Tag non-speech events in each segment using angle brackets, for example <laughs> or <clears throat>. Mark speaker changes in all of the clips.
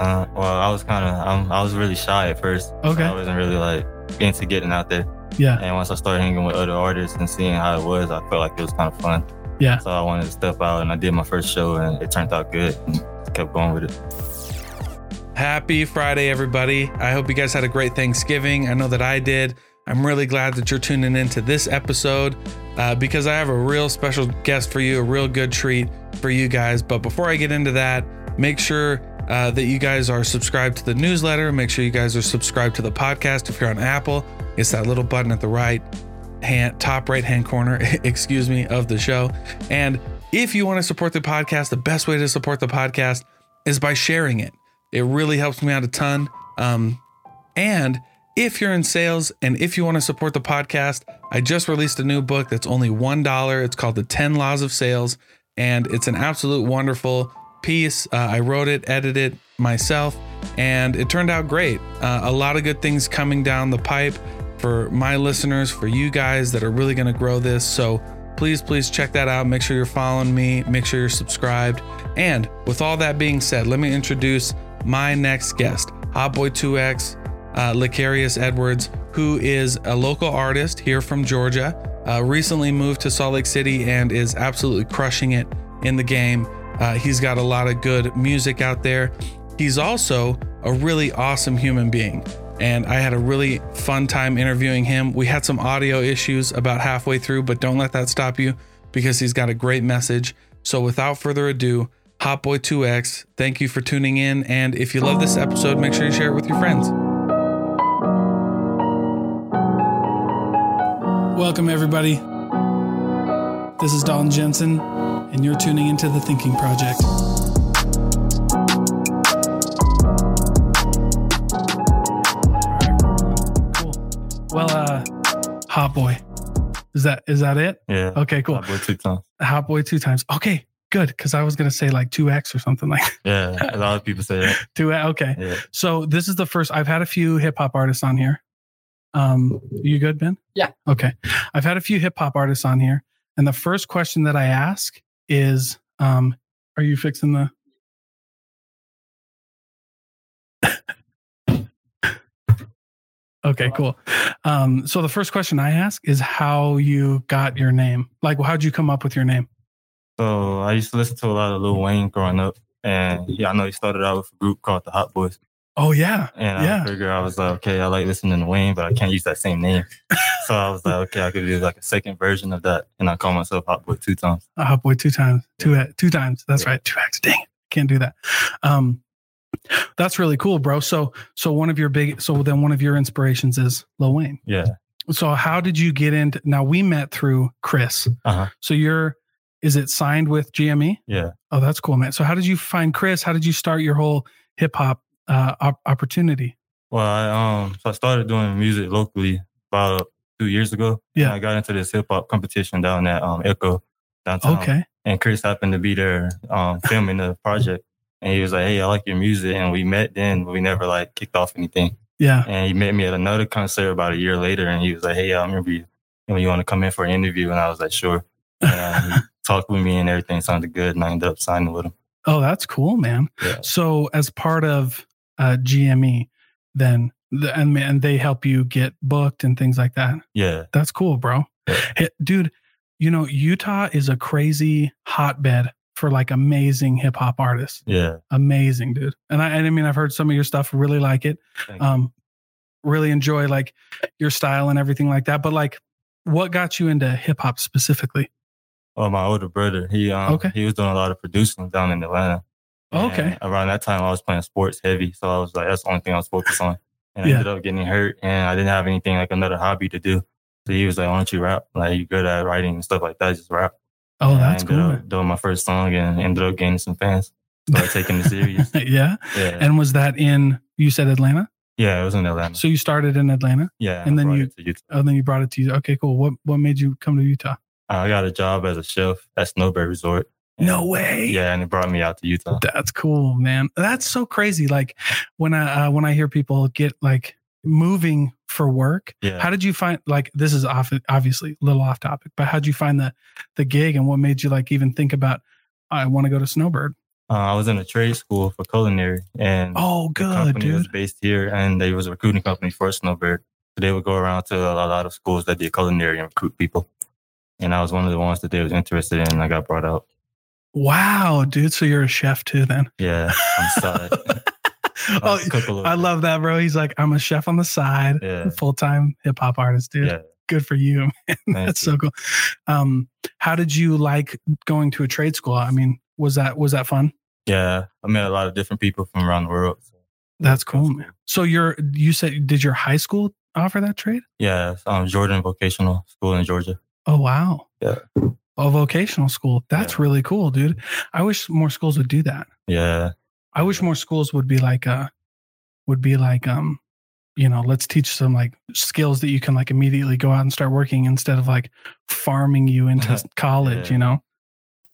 Speaker 1: Uh, well, I was kind of, um, I was really shy at first. So
Speaker 2: Okay.
Speaker 1: I wasn't really like into getting out there.
Speaker 2: Yeah.
Speaker 1: And once I started hanging with other artists and seeing how it was, I felt like it was kind of fun.
Speaker 2: Yeah.
Speaker 1: So I wanted to step out and I did my first show and it turned out good and kept going with it.
Speaker 3: Happy Friday, everybody. I hope you guys had a great Thanksgiving. I know that I did. I'm really glad that you're tuning in to this episode uh, because I have a real special guest for you, a real good treat for you guys. But before I get into that, make sure uh, that you guys are subscribed to the newsletter. Make sure you guys are subscribed to the podcast. If you're on Apple, it's that little button at the right hand top right hand corner <laughs> excuse me of the show and if you want to support the podcast the best way to support the podcast is by sharing it it really helps me out a ton um, and if you're in sales and if you want to support the podcast i just released a new book that's only one dollar it's called the 10 laws of sales and it's an absolute wonderful piece uh, i wrote it edited it myself and it turned out great uh, a lot of good things coming down the pipe for my listeners, for you guys that are really going to grow this. So please, please check that out. Make sure you're following me, make sure you're subscribed. And with all that being said, let me introduce my next guest, Hotboy2X, uh, Licarius Edwards, who is a local artist here from Georgia, uh, recently moved to Salt Lake City and is absolutely crushing it in the game. Uh, he's got a lot of good music out there. He's also a really awesome human being. And I had a really fun time interviewing him. We had some audio issues about halfway through, but don't let that stop you because he's got a great message. So without further ado, Hotboy2X, thank you for tuning in. And if you love this episode, make sure you share it with your friends.
Speaker 2: Welcome, everybody. This is Dalton Jensen, and you're tuning into The Thinking Project. Cool. Well, uh, Hot Boy. Is that is that it?
Speaker 1: Yeah.
Speaker 2: Okay, Oh, cool.
Speaker 1: I blew two times.
Speaker 2: Hot Boy two times. Okay, good. Because I was gonna say like two X or something like <laughs>
Speaker 1: Yeah. A lot of people say that.
Speaker 2: two. Okay.
Speaker 1: Yeah.
Speaker 2: So this is the first I've had a few hip hop artists on here. Um, you good, Ben?
Speaker 4: Yeah.
Speaker 2: Okay. I've had a few hip hop artists on here, and the first question that I ask is, um, are you fixing the? okay, cool. Um, so the first question I ask is how you got your name. Like, how'd you come up with your name?
Speaker 1: So I used to listen to a lot of Lil Wayne growing up. And yeah, I know he started out with a group called the Hot Boys.
Speaker 2: Oh yeah,
Speaker 1: And I
Speaker 2: Yeah.
Speaker 1: figured I was like, okay, I like listening to Wayne, but I can't use that same name. <laughs> so I was like, okay, I could do like a second version of that. And I call myself Hot Boy two times.
Speaker 2: a hot Oh, boy two times, two two times. That's right, two acts. Dang, it, can't do that. Um, that's really cool, bro. So, so one of your big, so then one of your inspirations is Lil Wayne.
Speaker 1: Yeah.
Speaker 2: So, how did you get into? Now we met through Chris.
Speaker 1: Uh-huh.
Speaker 2: So you're, is it signed with GME?
Speaker 1: Yeah.
Speaker 2: Oh, that's cool, man. So how did you find Chris? How did you start your whole hip hop uh, op- opportunity?
Speaker 1: Well, I, um, so I started doing music locally about two years ago.
Speaker 2: Yeah.
Speaker 1: And I got into this hip hop competition down at um, Echo downtown.
Speaker 2: Okay.
Speaker 1: And Chris happened to be there um, filming the project. And he was like, hey, I like your music. And we met then, but we never like kicked off anything.
Speaker 2: Yeah.
Speaker 1: And he met me at another concert about a year later. And he was like, hey, I remember you. You, know, you want to come in for an interview? And I was like, sure. And uh,
Speaker 2: <laughs>
Speaker 1: he talked with me and everything sounded good. And I ended up signing with him.
Speaker 2: Oh, that's cool, man.
Speaker 1: Yeah.
Speaker 2: So as part of uh, GME, then the, and and they help you get booked and things like that.
Speaker 1: Yeah.
Speaker 2: That's cool, bro.
Speaker 1: Yeah.
Speaker 2: Hey, dude, you know Utah is a crazy hotbed for like amazing hip hop artists.
Speaker 1: Yeah.
Speaker 2: Amazing, dude. And I, and I mean, I've heard some of your stuff. Really like it.
Speaker 1: Thank you.
Speaker 2: Um, really enjoy like your style and everything like that. But like, what got you into hip hop specifically?
Speaker 1: Oh, my older brother. He um,
Speaker 2: Okay.
Speaker 1: he was doing a lot of producing down in Atlanta. And
Speaker 2: Okay.
Speaker 1: Around that time, I was playing sports heavy, so I was like, that's the only thing I was focused on. And
Speaker 2: Yeah.
Speaker 1: I ended up getting hurt, and I didn't have anything like another hobby to do. So he was like, "Why don't you rap? Like you good at writing and stuff like that? Just rap."
Speaker 2: Oh,
Speaker 1: And I
Speaker 2: that's
Speaker 1: ended
Speaker 2: cool.
Speaker 1: Up doing my first song and ended up gaining some fans. Started taking
Speaker 2: <laughs>
Speaker 1: it serious.
Speaker 2: man. yeah.
Speaker 1: Yeah,
Speaker 2: And was that in you said Atlanta?
Speaker 1: yeah, it was in Atlanta.
Speaker 2: So you started in Atlanta,
Speaker 1: yeah,
Speaker 2: and
Speaker 1: I
Speaker 2: then
Speaker 1: brought
Speaker 2: you-
Speaker 1: it to Utah.
Speaker 2: and then you brought it to Utah. Okay, cool. What what made you come to Utah?
Speaker 1: I got a job as a chef at Snowbird Resort.
Speaker 2: No
Speaker 1: And-
Speaker 2: way.
Speaker 1: Yeah, and it brought me out to Utah.
Speaker 2: That's cool, man. That's so crazy. Like when I uh, when I hear people get like moving for work,
Speaker 1: Yeah.
Speaker 2: how did you find like this is off obviously a little off topic, but how'd you find the the gig and what made you like even think about I want to go to Snowbird?
Speaker 1: uh, I was in a trade school for culinary, and
Speaker 3: Oh,
Speaker 1: the
Speaker 3: good,
Speaker 1: Mm, company was
Speaker 3: dude.
Speaker 1: based here, and they was a recruiting company for Snowbird. So they would go around to a lot of schools that did culinary and recruit people. And I was one of the ones that they was interested in. And I got brought out.
Speaker 3: Wow, dude. So you're a chef too, then?
Speaker 1: Yeah, I'm
Speaker 2: <laughs>
Speaker 1: sorry.
Speaker 3: oh,
Speaker 1: cook <laughs> a little
Speaker 3: I
Speaker 1: bit.
Speaker 3: love that, bro. He's like, I'm a chef on the side,
Speaker 1: Yeah.
Speaker 3: full time hip hop artist, dude.
Speaker 1: Yeah.
Speaker 3: Good for you. <laughs>
Speaker 1: Thank
Speaker 3: That's
Speaker 1: you.
Speaker 3: so cool. Um, how did you like going to a trade school? I mean, was that was that fun?
Speaker 1: Yeah, I met a lot of different people from around the world. So.
Speaker 3: That's cool, man. So your you said did your high school offer that trade?
Speaker 1: Yeah, um, Jordan Vocational School in Georgia.
Speaker 3: Oh wow.
Speaker 1: Yeah.
Speaker 3: A vocational school. That's
Speaker 1: Yeah.
Speaker 3: really cool, dude. I wish more schools would do that.
Speaker 1: Yeah,
Speaker 3: I wish more schools would be like uh would be like um you know, let's teach some like skills that you can like immediately go out and start working instead of like farming you into
Speaker 1: Uh-huh.
Speaker 3: college,
Speaker 1: Yeah.
Speaker 3: you know.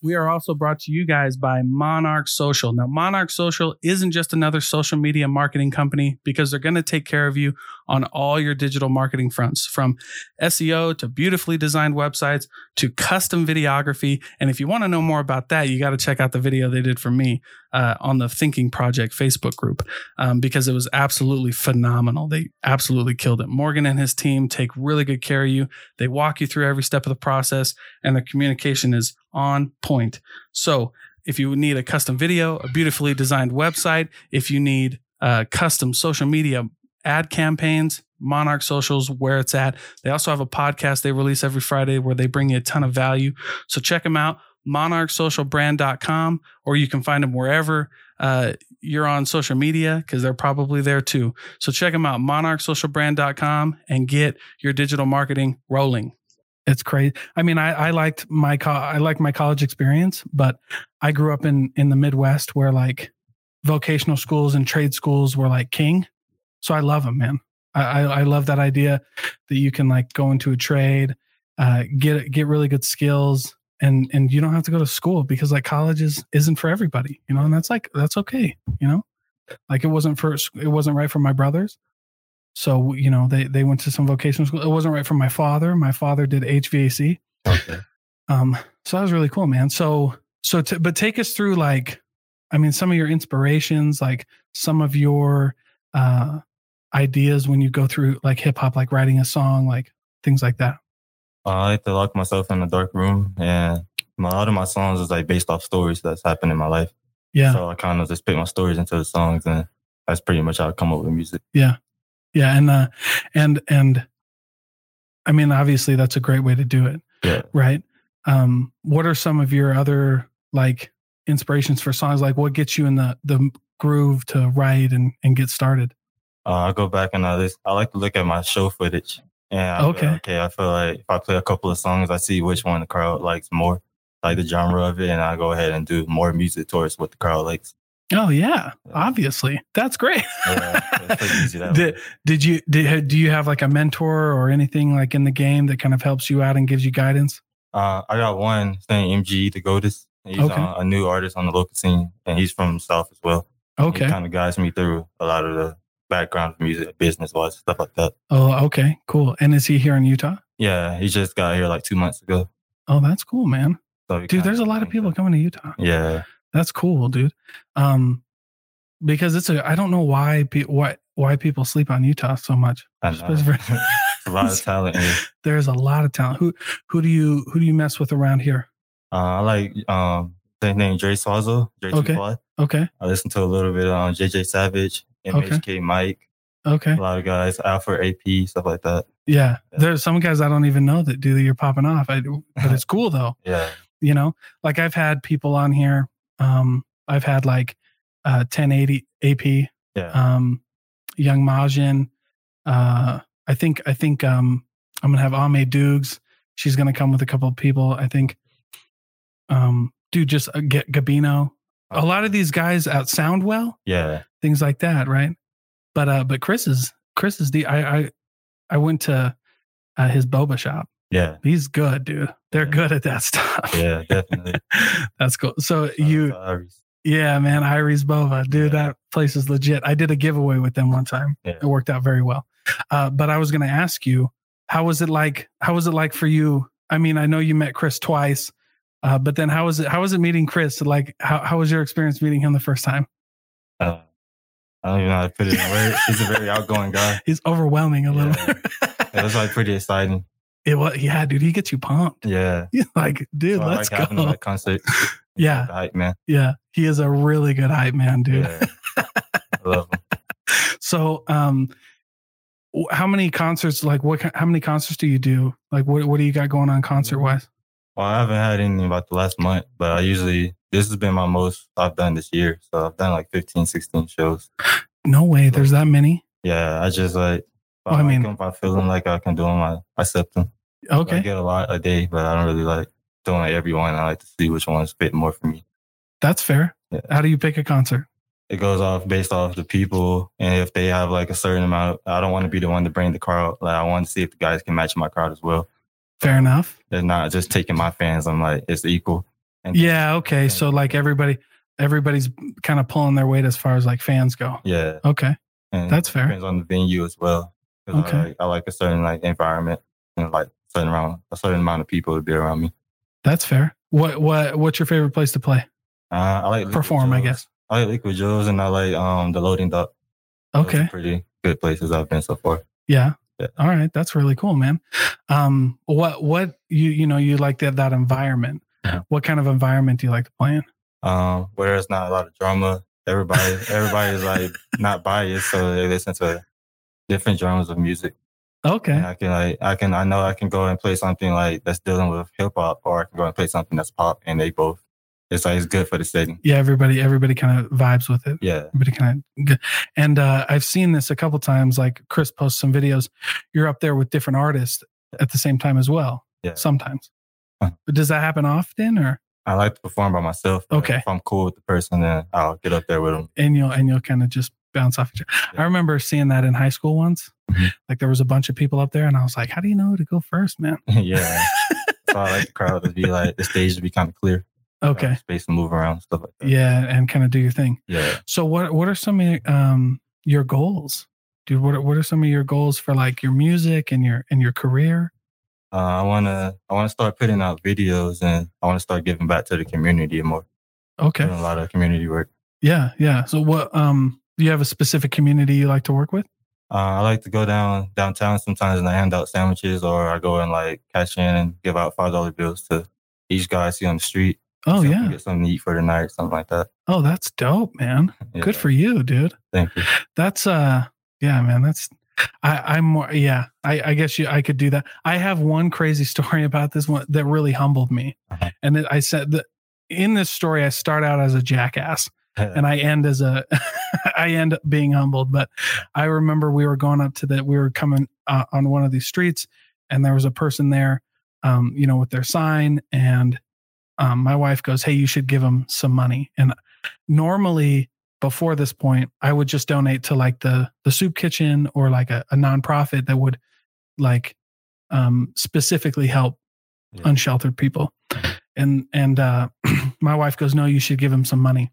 Speaker 3: We are also brought to you guys by Monarch Social. Now, Monarch Social isn't just another social media marketing company because they're going to take care of you on all your digital marketing fronts from SEO to beautifully designed websites to custom videography. And if you want to know more about that, you got to check out the video they did for me uh, on the Thinking Project Facebook group um, because it was absolutely phenomenal. They absolutely killed it. Morgan and his team take really good care of you, they walk you through every step of the process, and their communication is on point. So, if you need a custom video, a beautifully designed website, if you need uh, custom social media ad campaigns, Monarch Socials, where it's at. They also have a podcast they release every Friday where they bring you a ton of value. So check them out, monarchsocialbrand.com, or you can find them wherever uh, you're on social media because they're probably there too. So check them out, monarchsocialbrand.com, and get your digital marketing rolling. It's crazy. I mean, I, I liked my co- I liked my college experience, but I grew up in in the Midwest where like vocational schools and trade schools were like king. So I love them, man. I, I, I love that idea that you can like go into a trade, uh, get get really good skills, and and you don't have to go to school because like college is isn't for everybody, you know. And that's like that's okay, you know. Like it wasn't for it wasn't right for my brothers, so you know they they went to some vocational school. It wasn't right for my father. My father did HVAC,
Speaker 1: okay.
Speaker 3: um, so that was really cool, man. So, so, t- but take us through like, I mean, some of your inspirations, like some of your uh, ideas when you go through like hip hop, like writing a song, like things like that.
Speaker 1: I like to lock myself in a dark room, and my, a lot of my songs is like based off stories that's happened in my life.
Speaker 3: Yeah,
Speaker 1: So I kind of just put my stories into the songs, and that's pretty much how I come up with music.
Speaker 3: yeah, and uh, and and, I mean, obviously, that's a great way to do it,
Speaker 1: Yeah.
Speaker 3: right? Um, what are some of your other like inspirations for songs? Like, what gets you in the the groove to write and and get started?
Speaker 1: Uh, I go back and I just, I like to look at my show footage. And I feel-
Speaker 3: Okay.
Speaker 1: okay, I feel like if I play a couple of songs, I see which one the crowd likes more, like the genre of it, and I go ahead and do more music towards what the crowd likes.
Speaker 3: Oh yeah, obviously, that's great. <laughs>
Speaker 1: Yeah, it's pretty easy that
Speaker 3: did,
Speaker 1: way.
Speaker 3: did you did, do you have like a mentor or anything like in the game that kind of helps you out and gives you guidance?
Speaker 1: Uh, I got one his name MG the Goatus. He's
Speaker 3: Okay.
Speaker 1: uh, a new artist on the local scene, and he's from South as well.
Speaker 3: Okay.
Speaker 1: He kind of guides me through a lot of the background of music, business wise, stuff like that.
Speaker 3: Oh, okay, cool. And is he here in Utah?
Speaker 1: Yeah, he just got here like two months ago.
Speaker 3: Oh, that's cool, man.
Speaker 1: So he
Speaker 3: Dude,
Speaker 1: kinda
Speaker 3: there's a lot of
Speaker 1: brings
Speaker 3: people
Speaker 1: that-
Speaker 3: coming to Utah.
Speaker 1: Yeah,
Speaker 3: That's cool, dude. Um, because it's a I don't know why pe- why why people sleep on Utah so much.
Speaker 1: I
Speaker 3: Just
Speaker 1: know. <laughs>
Speaker 3: because
Speaker 1: It's
Speaker 3: we're- <laughs>
Speaker 1: a lot of talent. Here.
Speaker 3: There's a lot of talent. Who who do you who do you mess with around here?
Speaker 1: Uh, I like um his name Dre Swazzle, Dre
Speaker 3: Okay.
Speaker 1: okay.
Speaker 3: Okay,
Speaker 1: I listen to a little bit on JJ Savage,
Speaker 3: Okay.
Speaker 1: MHK Mike,
Speaker 3: okay,
Speaker 1: a lot of guys, Alfred AP, stuff like that.
Speaker 3: yeah. There's some guys I don't even know that do that. You're popping off. I,
Speaker 1: <laughs>
Speaker 3: but it's cool though.
Speaker 1: Yeah,
Speaker 3: you know like i've had people on here um i've had like uh 1080 ap
Speaker 1: yeah.
Speaker 3: um young majin uh i think i think um i'm gonna have ame Dukes. she's gonna come with a couple of people i think um dude just uh, get gabino a lot of these guys out sound well
Speaker 1: yeah,
Speaker 3: things like that, right? But uh, but Chris is Chris is the I I, I went to uh, his boba shop.
Speaker 1: yeah,
Speaker 3: He's good, dude. They're
Speaker 1: Yeah.
Speaker 3: good at that stuff.
Speaker 1: yeah, definitely.
Speaker 3: <laughs> That's cool. So
Speaker 1: Uh,
Speaker 3: you,
Speaker 1: Iris.
Speaker 3: yeah, man, Iris Bova, dude,
Speaker 1: Yeah.
Speaker 3: that place is legit. I did a giveaway with them one time.
Speaker 1: Yeah.
Speaker 3: It worked out very well. Uh, but I was going to ask you, how was it like? How was it like for you? I mean, I know you met Chris twice.
Speaker 2: Uh, but then how was it? How was it meeting Chris? Like, how, how was your experience meeting him the first time?
Speaker 1: Uh, I don't even know how to put it in words. He's a
Speaker 2: <laughs>
Speaker 1: very outgoing guy.
Speaker 2: He's overwhelming a little.
Speaker 1: Yeah. It
Speaker 3: <laughs>
Speaker 1: was like pretty exciting.
Speaker 2: it was, yeah, dude. He gets you pumped.
Speaker 1: Yeah.
Speaker 2: He's like, dude,
Speaker 1: So I
Speaker 2: let's
Speaker 1: like having him
Speaker 2: go.
Speaker 1: at
Speaker 2: <laughs>
Speaker 1: concert.
Speaker 2: Yeah.
Speaker 1: The hype man.
Speaker 2: Yeah, he is a really good hype man, dude.
Speaker 1: Yeah. I love
Speaker 2: <laughs>
Speaker 1: him.
Speaker 2: So, um, w- how many concerts? Like, what? ki- How many concerts do you do? Like, what? What do you got going on concert
Speaker 1: Mm.
Speaker 2: wise?
Speaker 1: Well, I haven't had any about the last month, but I usually, this has been my most I've done this year. So I've done like 15, 16 shows.
Speaker 2: No way. There's that many.
Speaker 1: Yeah, I just like.
Speaker 2: Well, I
Speaker 1: I
Speaker 2: mean-
Speaker 1: mean, if I feel like I can do them, I I accept them. I
Speaker 2: Okay,
Speaker 1: get a lot a day, but I don't really like doing like every one. I like to see which ones fit more for me.
Speaker 2: that's fair.
Speaker 1: Yeah.
Speaker 2: How do you pick a concert?
Speaker 1: It goes off based off the people, and if they have like a certain amount, I don't want to be the one to bring the crowd. Like I want to see if the guys can match my crowd as well. Uh,
Speaker 2: Fair enough.
Speaker 1: They're not just taking my fans. I'm like it's equal. And
Speaker 2: Yeah. Okay. So, like, everybody, everybody's kind of pulling their weight as far as like fans go.
Speaker 1: yeah,
Speaker 2: Okay,
Speaker 1: and
Speaker 2: that's fair.
Speaker 1: depends on the venue as well. 'Cause
Speaker 2: Okay.
Speaker 1: I, like, I like a certain like environment and like certain around a certain amount of people to be around me.
Speaker 2: That's fair. What? What? What's your favorite place to play?
Speaker 1: Uh, I like liquid
Speaker 2: Perform, I
Speaker 1: shows.
Speaker 2: guess.
Speaker 1: I like Liquid Jewels and I like um the Loading Dock. Those are
Speaker 2: Okay.
Speaker 1: pretty good places I've been so far.
Speaker 2: Yeah.
Speaker 1: Yeah.
Speaker 2: All right, that's really cool, man. Um, what what you you know you like that that environment?
Speaker 1: Yeah.
Speaker 2: What kind of environment do you like to play in?
Speaker 1: Um, where there's not a lot of drama. Everybody, everybody's like not biased, so they listen to different genres of music.
Speaker 2: Okay,
Speaker 1: And I can like I can I know I can go and play something like that's dealing with hip hop, or I can go and play something that's pop, and they both. It's like it's good for the setting.
Speaker 2: yeah, everybody everybody kind of vibes with it.
Speaker 1: Yeah,
Speaker 2: Everybody kind of, and uh, I've seen this a couple times. Like Chris posts some videos. You're up there with different artists at the same time as well.
Speaker 1: Yeah.
Speaker 2: Sometimes,
Speaker 1: Huh.
Speaker 2: but does that happen often, or
Speaker 1: I like to perform by myself. but
Speaker 2: Okay.
Speaker 1: if I'm cool with the person, then I'll get up there with them.
Speaker 2: and you'll and you'll kind of just bounce off each other. I
Speaker 1: Yeah.
Speaker 2: remember seeing that in high school once.
Speaker 1: Mhm.
Speaker 2: Like there was a bunch of people up there, and I was like, "How do you know who to go first, man?"
Speaker 1: <laughs>
Speaker 2: <laughs>
Speaker 1: yeah. So I like the crowd to be like the stage to be kind of clear. uh,
Speaker 2: Okay.
Speaker 1: Space to move around, stuff like that.
Speaker 2: yeah and kind of do your thing
Speaker 1: Yeah.
Speaker 2: so what what are some of your, um your goals dude what are, what are some of your goals for like your music and your and your career
Speaker 1: Uh, I wanna I wanna start putting out videos and I wanna start giving back to the community more.
Speaker 2: okay
Speaker 1: Doing a lot of community work.
Speaker 2: yeah yeah so what um do you have a specific community you like to work with
Speaker 1: Uh, I like to go down downtown sometimes and I hand out sandwiches or I go and like cash in and give out five dollar bills to each guy I see on the street. So
Speaker 2: oh
Speaker 1: I can
Speaker 2: yeah
Speaker 1: Get something to eat for the night, something like that. <laughs>
Speaker 2: oh that's dope man
Speaker 1: Yeah.
Speaker 2: good for you dude
Speaker 1: Thank you.
Speaker 2: that's uh yeah man that's I, I'm more, yeah. I, I guess you, I could do that. I have one crazy <laughs> story about this one that really humbled me,
Speaker 1: Uh-huh.
Speaker 2: and it, I said that in this story, I start out as a jackass, and I end as a <laughs> I end up being humbled. But I remember we were going up to the we were coming uh, on one of these streets, and there was a person there, um, you know, with their sign, and um, my wife goes, "Hey, you should give them some money." And normally before this point, I would just donate to like the the soup kitchen or like a, a nonprofit that would like um, specifically help
Speaker 1: Yeah.
Speaker 2: unsheltered people. And and uh, <clears throat> my wife goes, "No, you should give him some money."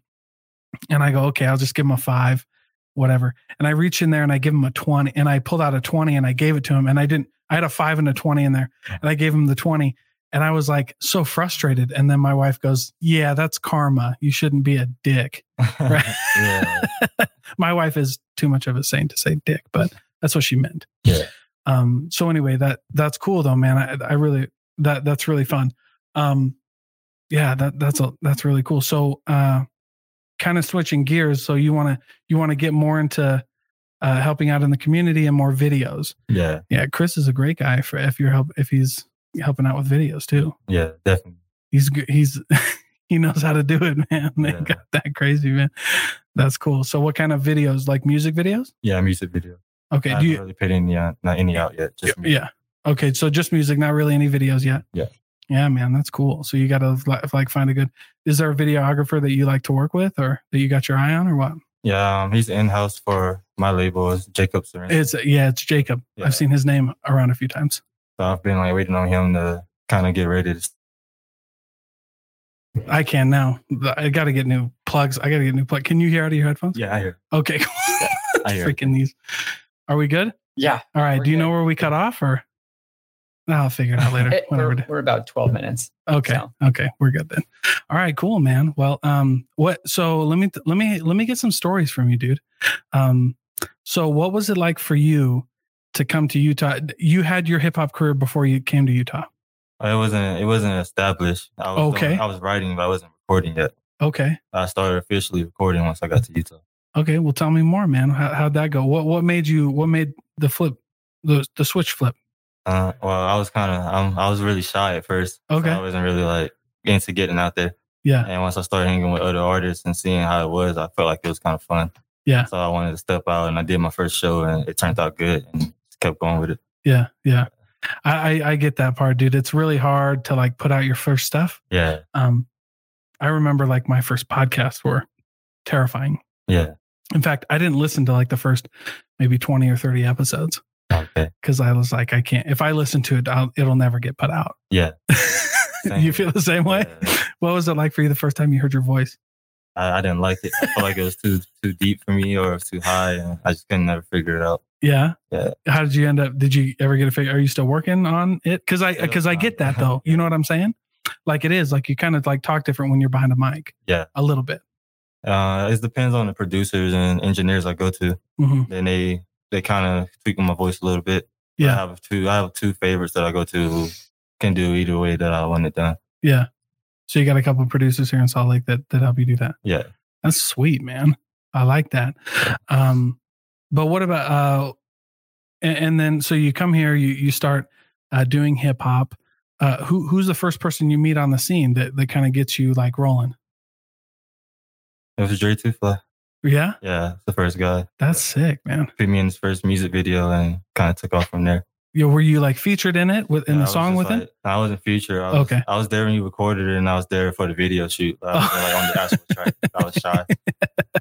Speaker 2: And I go, "Okay, I'll just give him a five, whatever." And I reach in there and I give him a twenty, and I pulled out a twenty and I gave it to him, and I didn't. I had a five and a twenty in there, and I gave him the twenty, and I was like so frustrated. And then my wife goes, "Yeah, that's karma. You shouldn't be a dick." <laughs> Right.
Speaker 1: <laughs> yeah.
Speaker 2: my wife is too much of a saint to say dick, but that's what she meant.
Speaker 1: Yeah.
Speaker 2: Um, so anyway, that that's cool though, man. I, I really that that's really fun. Um, yeah, that that's a, that's really cool. So uh, kind of switching gears. So you want to you want to get more into uh, helping out in the community and more videos.
Speaker 1: Yeah.
Speaker 2: Yeah, Chris is a great guy for if you're help if he's helping out with videos too.
Speaker 1: Yeah. Definitely.
Speaker 2: He's good. He's <laughs> he knows how to do it, man. <laughs> They
Speaker 1: Yeah.
Speaker 2: got that crazy, man. That's cool. So what kind of videos? Like music videos?
Speaker 1: Yeah. Music video.
Speaker 2: Okay.
Speaker 1: I
Speaker 2: do
Speaker 1: haven't
Speaker 2: you?
Speaker 1: really put any out, not any out yet. Just music.
Speaker 2: Yeah. Okay. So just music, not really any videos yet.
Speaker 1: Yeah.
Speaker 2: Yeah, man, that's cool. So you got to like find a good. Is there a videographer that you like to work with, or that you got your eye on, or what?
Speaker 1: Yeah, um, he's in house for my label is Jacob Serena.
Speaker 2: It's yeah, it's Jacob.
Speaker 1: Yeah.
Speaker 2: I've seen his name around a few times.
Speaker 1: so I've been like waiting on him to kind of get ready to.
Speaker 2: I can now. I got to get new plugs. I got to get new plug. Can you hear out of your headphones?
Speaker 1: Yeah, I hear.
Speaker 2: Okay.
Speaker 1: I hear. <laughs>
Speaker 2: Freaking these. Are we good?
Speaker 3: Yeah.
Speaker 2: All right.
Speaker 3: We're
Speaker 2: Do you
Speaker 3: good.
Speaker 2: know where we cut off, or I'll figure it out later.
Speaker 3: It-
Speaker 2: whenever.
Speaker 3: <laughs> we're, we're about 12 minutes.
Speaker 2: Okay.
Speaker 3: So.
Speaker 2: Okay. We're good then. All right. Cool, man. Well, um, what? So let me let me let me get some stories from you, dude. Um, so what was it like for you to come to Utah? You had your hip hop career before you came to Utah.
Speaker 1: It wasn't. It wasn't established. I was
Speaker 2: Okay.
Speaker 1: doing- I was writing, but I wasn't recording yet.
Speaker 2: Okay. <laughs>
Speaker 1: I started officially recording once I got to Utah.
Speaker 2: Okay. Well, tell me more, man. How, how'd that go? What What made you? What made the flip? The the switch flip.
Speaker 1: Uh, well, I was kind of. I was really shy at first.
Speaker 2: Okay.
Speaker 1: I wasn't really like into getting out there.
Speaker 2: Yeah.
Speaker 1: And once I started hanging with other artists and seeing how it was, I felt like it was kind of fun.
Speaker 2: Yeah.
Speaker 1: So I wanted to step out, and I did my first show, and it turned out good, and kept going with it.
Speaker 2: Yeah. Yeah. I, I I get that part, dude. It's really hard to like put out your first stuff.
Speaker 1: Yeah.
Speaker 2: Um, I remember like my first podcasts were terrifying.
Speaker 1: Yeah.
Speaker 2: In fact, I didn't listen to like the first maybe 20 or 30 episodes
Speaker 1: Okay.
Speaker 2: because I was like, I can't, if I listen to it, I'll, it'll never get put out.
Speaker 1: Yeah.
Speaker 2: <laughs> you feel the same way?
Speaker 1: Yeah.
Speaker 2: What was it like for you the first time you heard your voice?
Speaker 1: I, I didn't like it. I felt like it was too too deep for me, or it was too high, and I just couldn't never figure it out.
Speaker 2: Yeah.
Speaker 1: Yeah.
Speaker 2: How did you end up? Did you ever get a figure? Are you still working on it? Cause I, uh,
Speaker 1: Still
Speaker 2: cause I
Speaker 1: not.
Speaker 2: get that though. You know what I'm saying? Like it is like you kind of like talk different when you're behind a mic.
Speaker 1: Yeah.
Speaker 2: A little bit.
Speaker 1: Uh, it depends on the producers and engineers I go to.
Speaker 2: Mhm.
Speaker 1: Then they they kind of tweak my voice a little bit. I
Speaker 2: Yeah.
Speaker 1: have two. I have two favorites that I go to who can do either way that I want it done.
Speaker 2: Yeah. So you got a couple of producers here in Salt Lake that, that help you do that.
Speaker 1: Yeah.
Speaker 2: That's sweet, man. I like that. Um, but what about uh, and, and then so you come here, you you start uh, doing hip hop. Uh, who who's the first person you meet on the scene that that kind of gets you like rolling?
Speaker 1: It was Dre Two Fly.
Speaker 2: Yeah,
Speaker 1: Yeah, it's the first guy.
Speaker 2: that's sick, man.
Speaker 1: Put me in his first music video and kind of took off from there.
Speaker 2: Yeah, were you like featured in it with in
Speaker 1: And I
Speaker 2: the
Speaker 1: was
Speaker 2: song
Speaker 1: just
Speaker 2: with him?
Speaker 1: like- I was in Future. I was,
Speaker 2: Okay.
Speaker 1: I was there when you recorded it, and I was there for the video shoot. I was
Speaker 2: Oh.
Speaker 1: like
Speaker 2: <laughs>
Speaker 1: on the actual track. I was shy.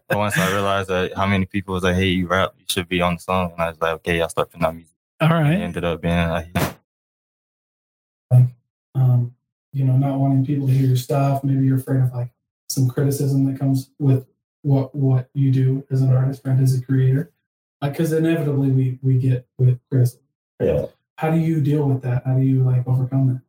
Speaker 1: But once I realized that how many people was like, "Hey, you rap, you should be on the song," and I was like, "Okay, I'll start putting out music."
Speaker 2: All
Speaker 1: And it
Speaker 2: right.
Speaker 1: ended up being like,
Speaker 2: Um, you know, not wanting people to hear your stuff. Maybe you're afraid of like some criticism that comes with what what you do as an artist and as a creator, because inevitably we we get with criticism.
Speaker 1: yeah.
Speaker 2: how do you deal with that? How do you like overcome that?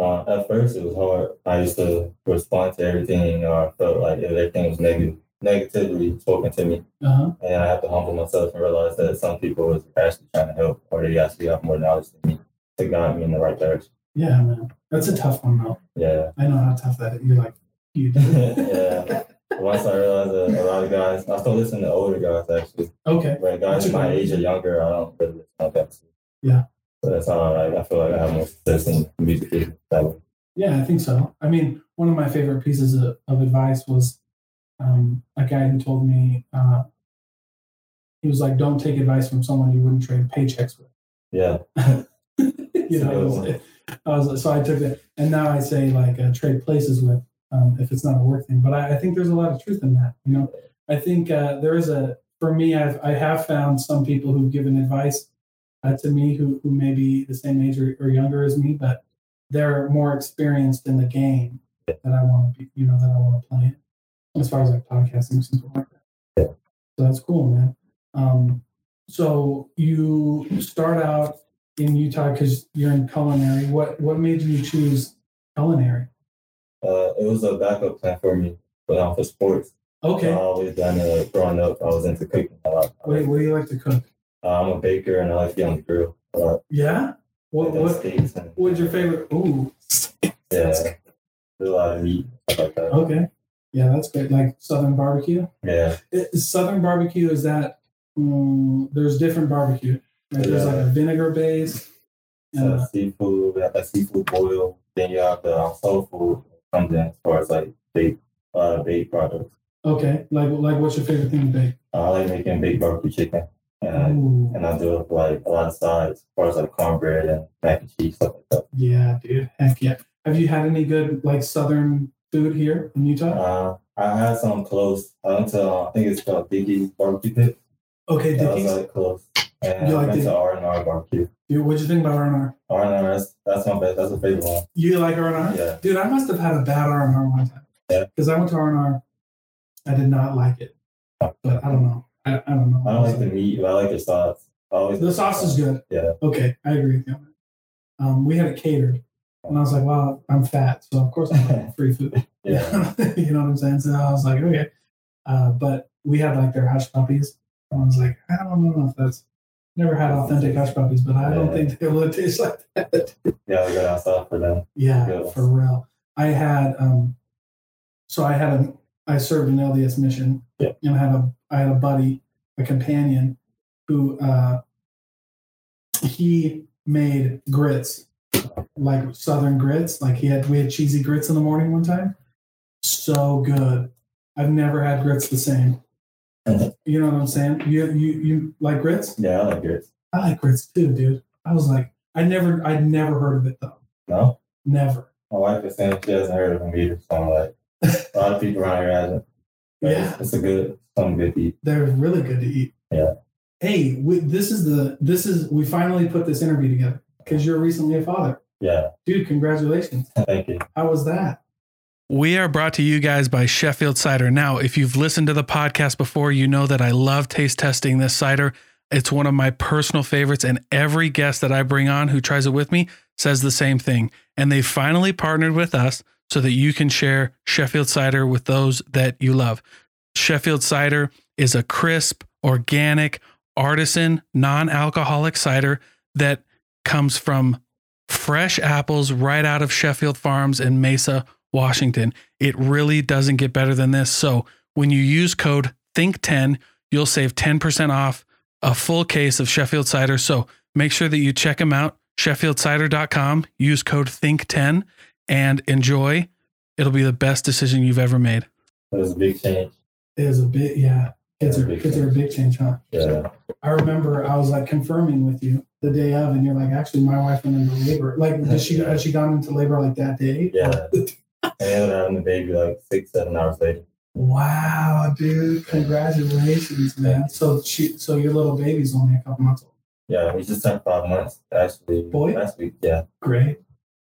Speaker 1: Uh, at first, it was hard. I used to respond to everything. You know, I felt like everything was negative, negatively spoken to me.
Speaker 2: Uh-huh.
Speaker 1: And I have to humble myself and realize that some people is actually trying to help or they actually have more knowledge than me to guide me in the right direction.
Speaker 2: Yeah, man. That's a tough one though.
Speaker 1: Yeah.
Speaker 2: I know how tough that is. You're like, you
Speaker 1: Yeah. Once I realized that a lot of guys, I still listen to older guys actually,
Speaker 2: okay.
Speaker 1: but guys my age or younger, I don't really listen to that.
Speaker 2: Yeah.
Speaker 1: So that's how I, I feel like I have more success in music. That way.
Speaker 2: Yeah, I think so. I mean, one of my favorite pieces of, of advice was um, a guy who told me, uh, he was like, don't take advice from someone you wouldn't trade paychecks with.
Speaker 1: Yeah.
Speaker 2: <laughs> you know, I was, I was, so I took that. And now I say like uh, trade places with um, if it's not a work thing. But I, I think there's a lot of truth in that. You know, I think uh, there is a, for me, I've, I have found some people who've given advice uh, to me who, who may be the same age or, or younger as me, but they're more experienced in the game that I want to be, you know, that I want to play in, as far as like podcasting or something like that. So that's cool, man. Um, so you start out in Utah because you're in culinary. What what made you choose culinary?
Speaker 1: Uh, it was a backup plan for me, but I'm for sports.
Speaker 2: Okay.
Speaker 1: I always done it growing up. I was into cooking a lot.
Speaker 2: Wait, what do you like to cook?
Speaker 1: Uh, I'm a baker and I like to be on the grill. a lot.
Speaker 2: Yeah. What
Speaker 1: I like
Speaker 2: what
Speaker 1: steaks and-
Speaker 2: what's your favorite? Ooh.
Speaker 1: Yeah, do a lot of meat stuff like that.
Speaker 2: Okay. Yeah, that's great. Like southern barbecue.
Speaker 1: Yeah,
Speaker 2: It- southern barbecue is that mm, there's different barbecue. Right? There's like a vinegar base. And,
Speaker 1: so seafood. We have like seafood boil. Then you have the um, soul food. Comes in as far as like baked, a lot of baked products.
Speaker 2: uh, okay. Like like what's your favorite thing to bake?
Speaker 1: I like making baked barbecue chicken, and I,
Speaker 2: Ooh.
Speaker 1: and I do like a lot of sides, as far as like cornbread and mac and cheese stuff like that.
Speaker 2: Yeah, dude. Heck yeah. Have you had any good like southern food here in Utah?
Speaker 1: Uh, I had some close. I went to uh, I think it's called Biggie's Barbecue Pit.
Speaker 2: Okay,
Speaker 1: That was
Speaker 2: Dickies.
Speaker 1: like close. And
Speaker 2: You
Speaker 1: I
Speaker 2: like
Speaker 1: went
Speaker 2: the-
Speaker 1: to R and R barbecue.
Speaker 2: Dude, what'd you think about R&R?
Speaker 1: R and R that's that's my best. That's a favorite one.
Speaker 2: You like R&R?
Speaker 1: Yeah.
Speaker 2: Dude, I must have had a bad R and R one time.
Speaker 1: Yeah.
Speaker 2: Because I went to R and R, I did not like it. But I don't know. I, I don't know.
Speaker 1: I don't like the meat, but I like the sauce. I always
Speaker 2: the sauce is good.
Speaker 1: Yeah.
Speaker 2: Okay, I agree with you. um, we had it catered. And I was like, wow, I'm fat. So, of course, I'm
Speaker 1: <laughs>
Speaker 2: like free food.
Speaker 1: Yeah.
Speaker 2: <laughs> you know what I'm saying? So I was like, okay. Uh, but we had like their hush puppies. And I was like, I don't know if that's never had authentic hush puppies, but I don't
Speaker 1: Yeah.
Speaker 2: think they would taste like that.
Speaker 1: Yeah, we got outside for them.
Speaker 2: Yeah,
Speaker 1: Yes.
Speaker 2: for real. I had um so I had a I served an LDS mission
Speaker 1: Yeah.
Speaker 2: and I had a I had a buddy, a companion who uh he made grits, like southern grits. Like he had we had cheesy grits in the morning one time. So good. I've never had grits the same. You know what I'm saying? You you you like grits?
Speaker 1: Yeah, I like yours.
Speaker 2: I like grits too, dude. I was like, I never I'd never heard of it though.
Speaker 1: No?
Speaker 2: Never.
Speaker 1: My wife is saying she hasn't heard of them either. So I'm like, a lot of people around here hasn't. But
Speaker 2: Yeah.
Speaker 1: It's, it's a good, something good to eat.
Speaker 2: They're really good to eat.
Speaker 1: Yeah.
Speaker 2: Hey, we, this is the this is we finally put this interview together because you're recently a father,
Speaker 1: Yeah.
Speaker 2: dude. Congratulations.
Speaker 1: Thank you.
Speaker 2: How was that?
Speaker 5: We are brought to you guys by Sheffield Cider. Now, if you've listened to the podcast before, you know that I love taste testing this cider. It's one of my personal favorites, and every guest that I bring on who tries it with me says the same thing. And they finally partnered with us so that you can share Sheffield Cider with those that you love. Sheffield Cider is a crisp, organic, artisan, non alcoholic cider that comes from fresh apples right out of Sheffield Farms in Mesa, Washington. It really doesn't get better than this. So when you use code THINK10, you'll save 10% off a full case of Sheffield cider. So make sure that you check them out, sheffieldcider.com, use code THINK10 and enjoy. It'll be the best decision you've ever made.
Speaker 1: It was a big change.
Speaker 2: It was a bit, yeah. Kids are kids are a big change, huh?
Speaker 1: Yeah.
Speaker 2: I remember I was like confirming with you the day of, and you're like, actually, my wife went into labor. <laughs> Like, did she has she gone into labor like that day?
Speaker 1: Yeah. and ended up having the baby like six, seven hours later.
Speaker 2: Wow, dude! Congratulations, man. So she, so your little baby's only a couple months old.
Speaker 1: Yeah, we just turned five months actually.
Speaker 2: Boy?
Speaker 1: Last week. Yeah.
Speaker 2: Great,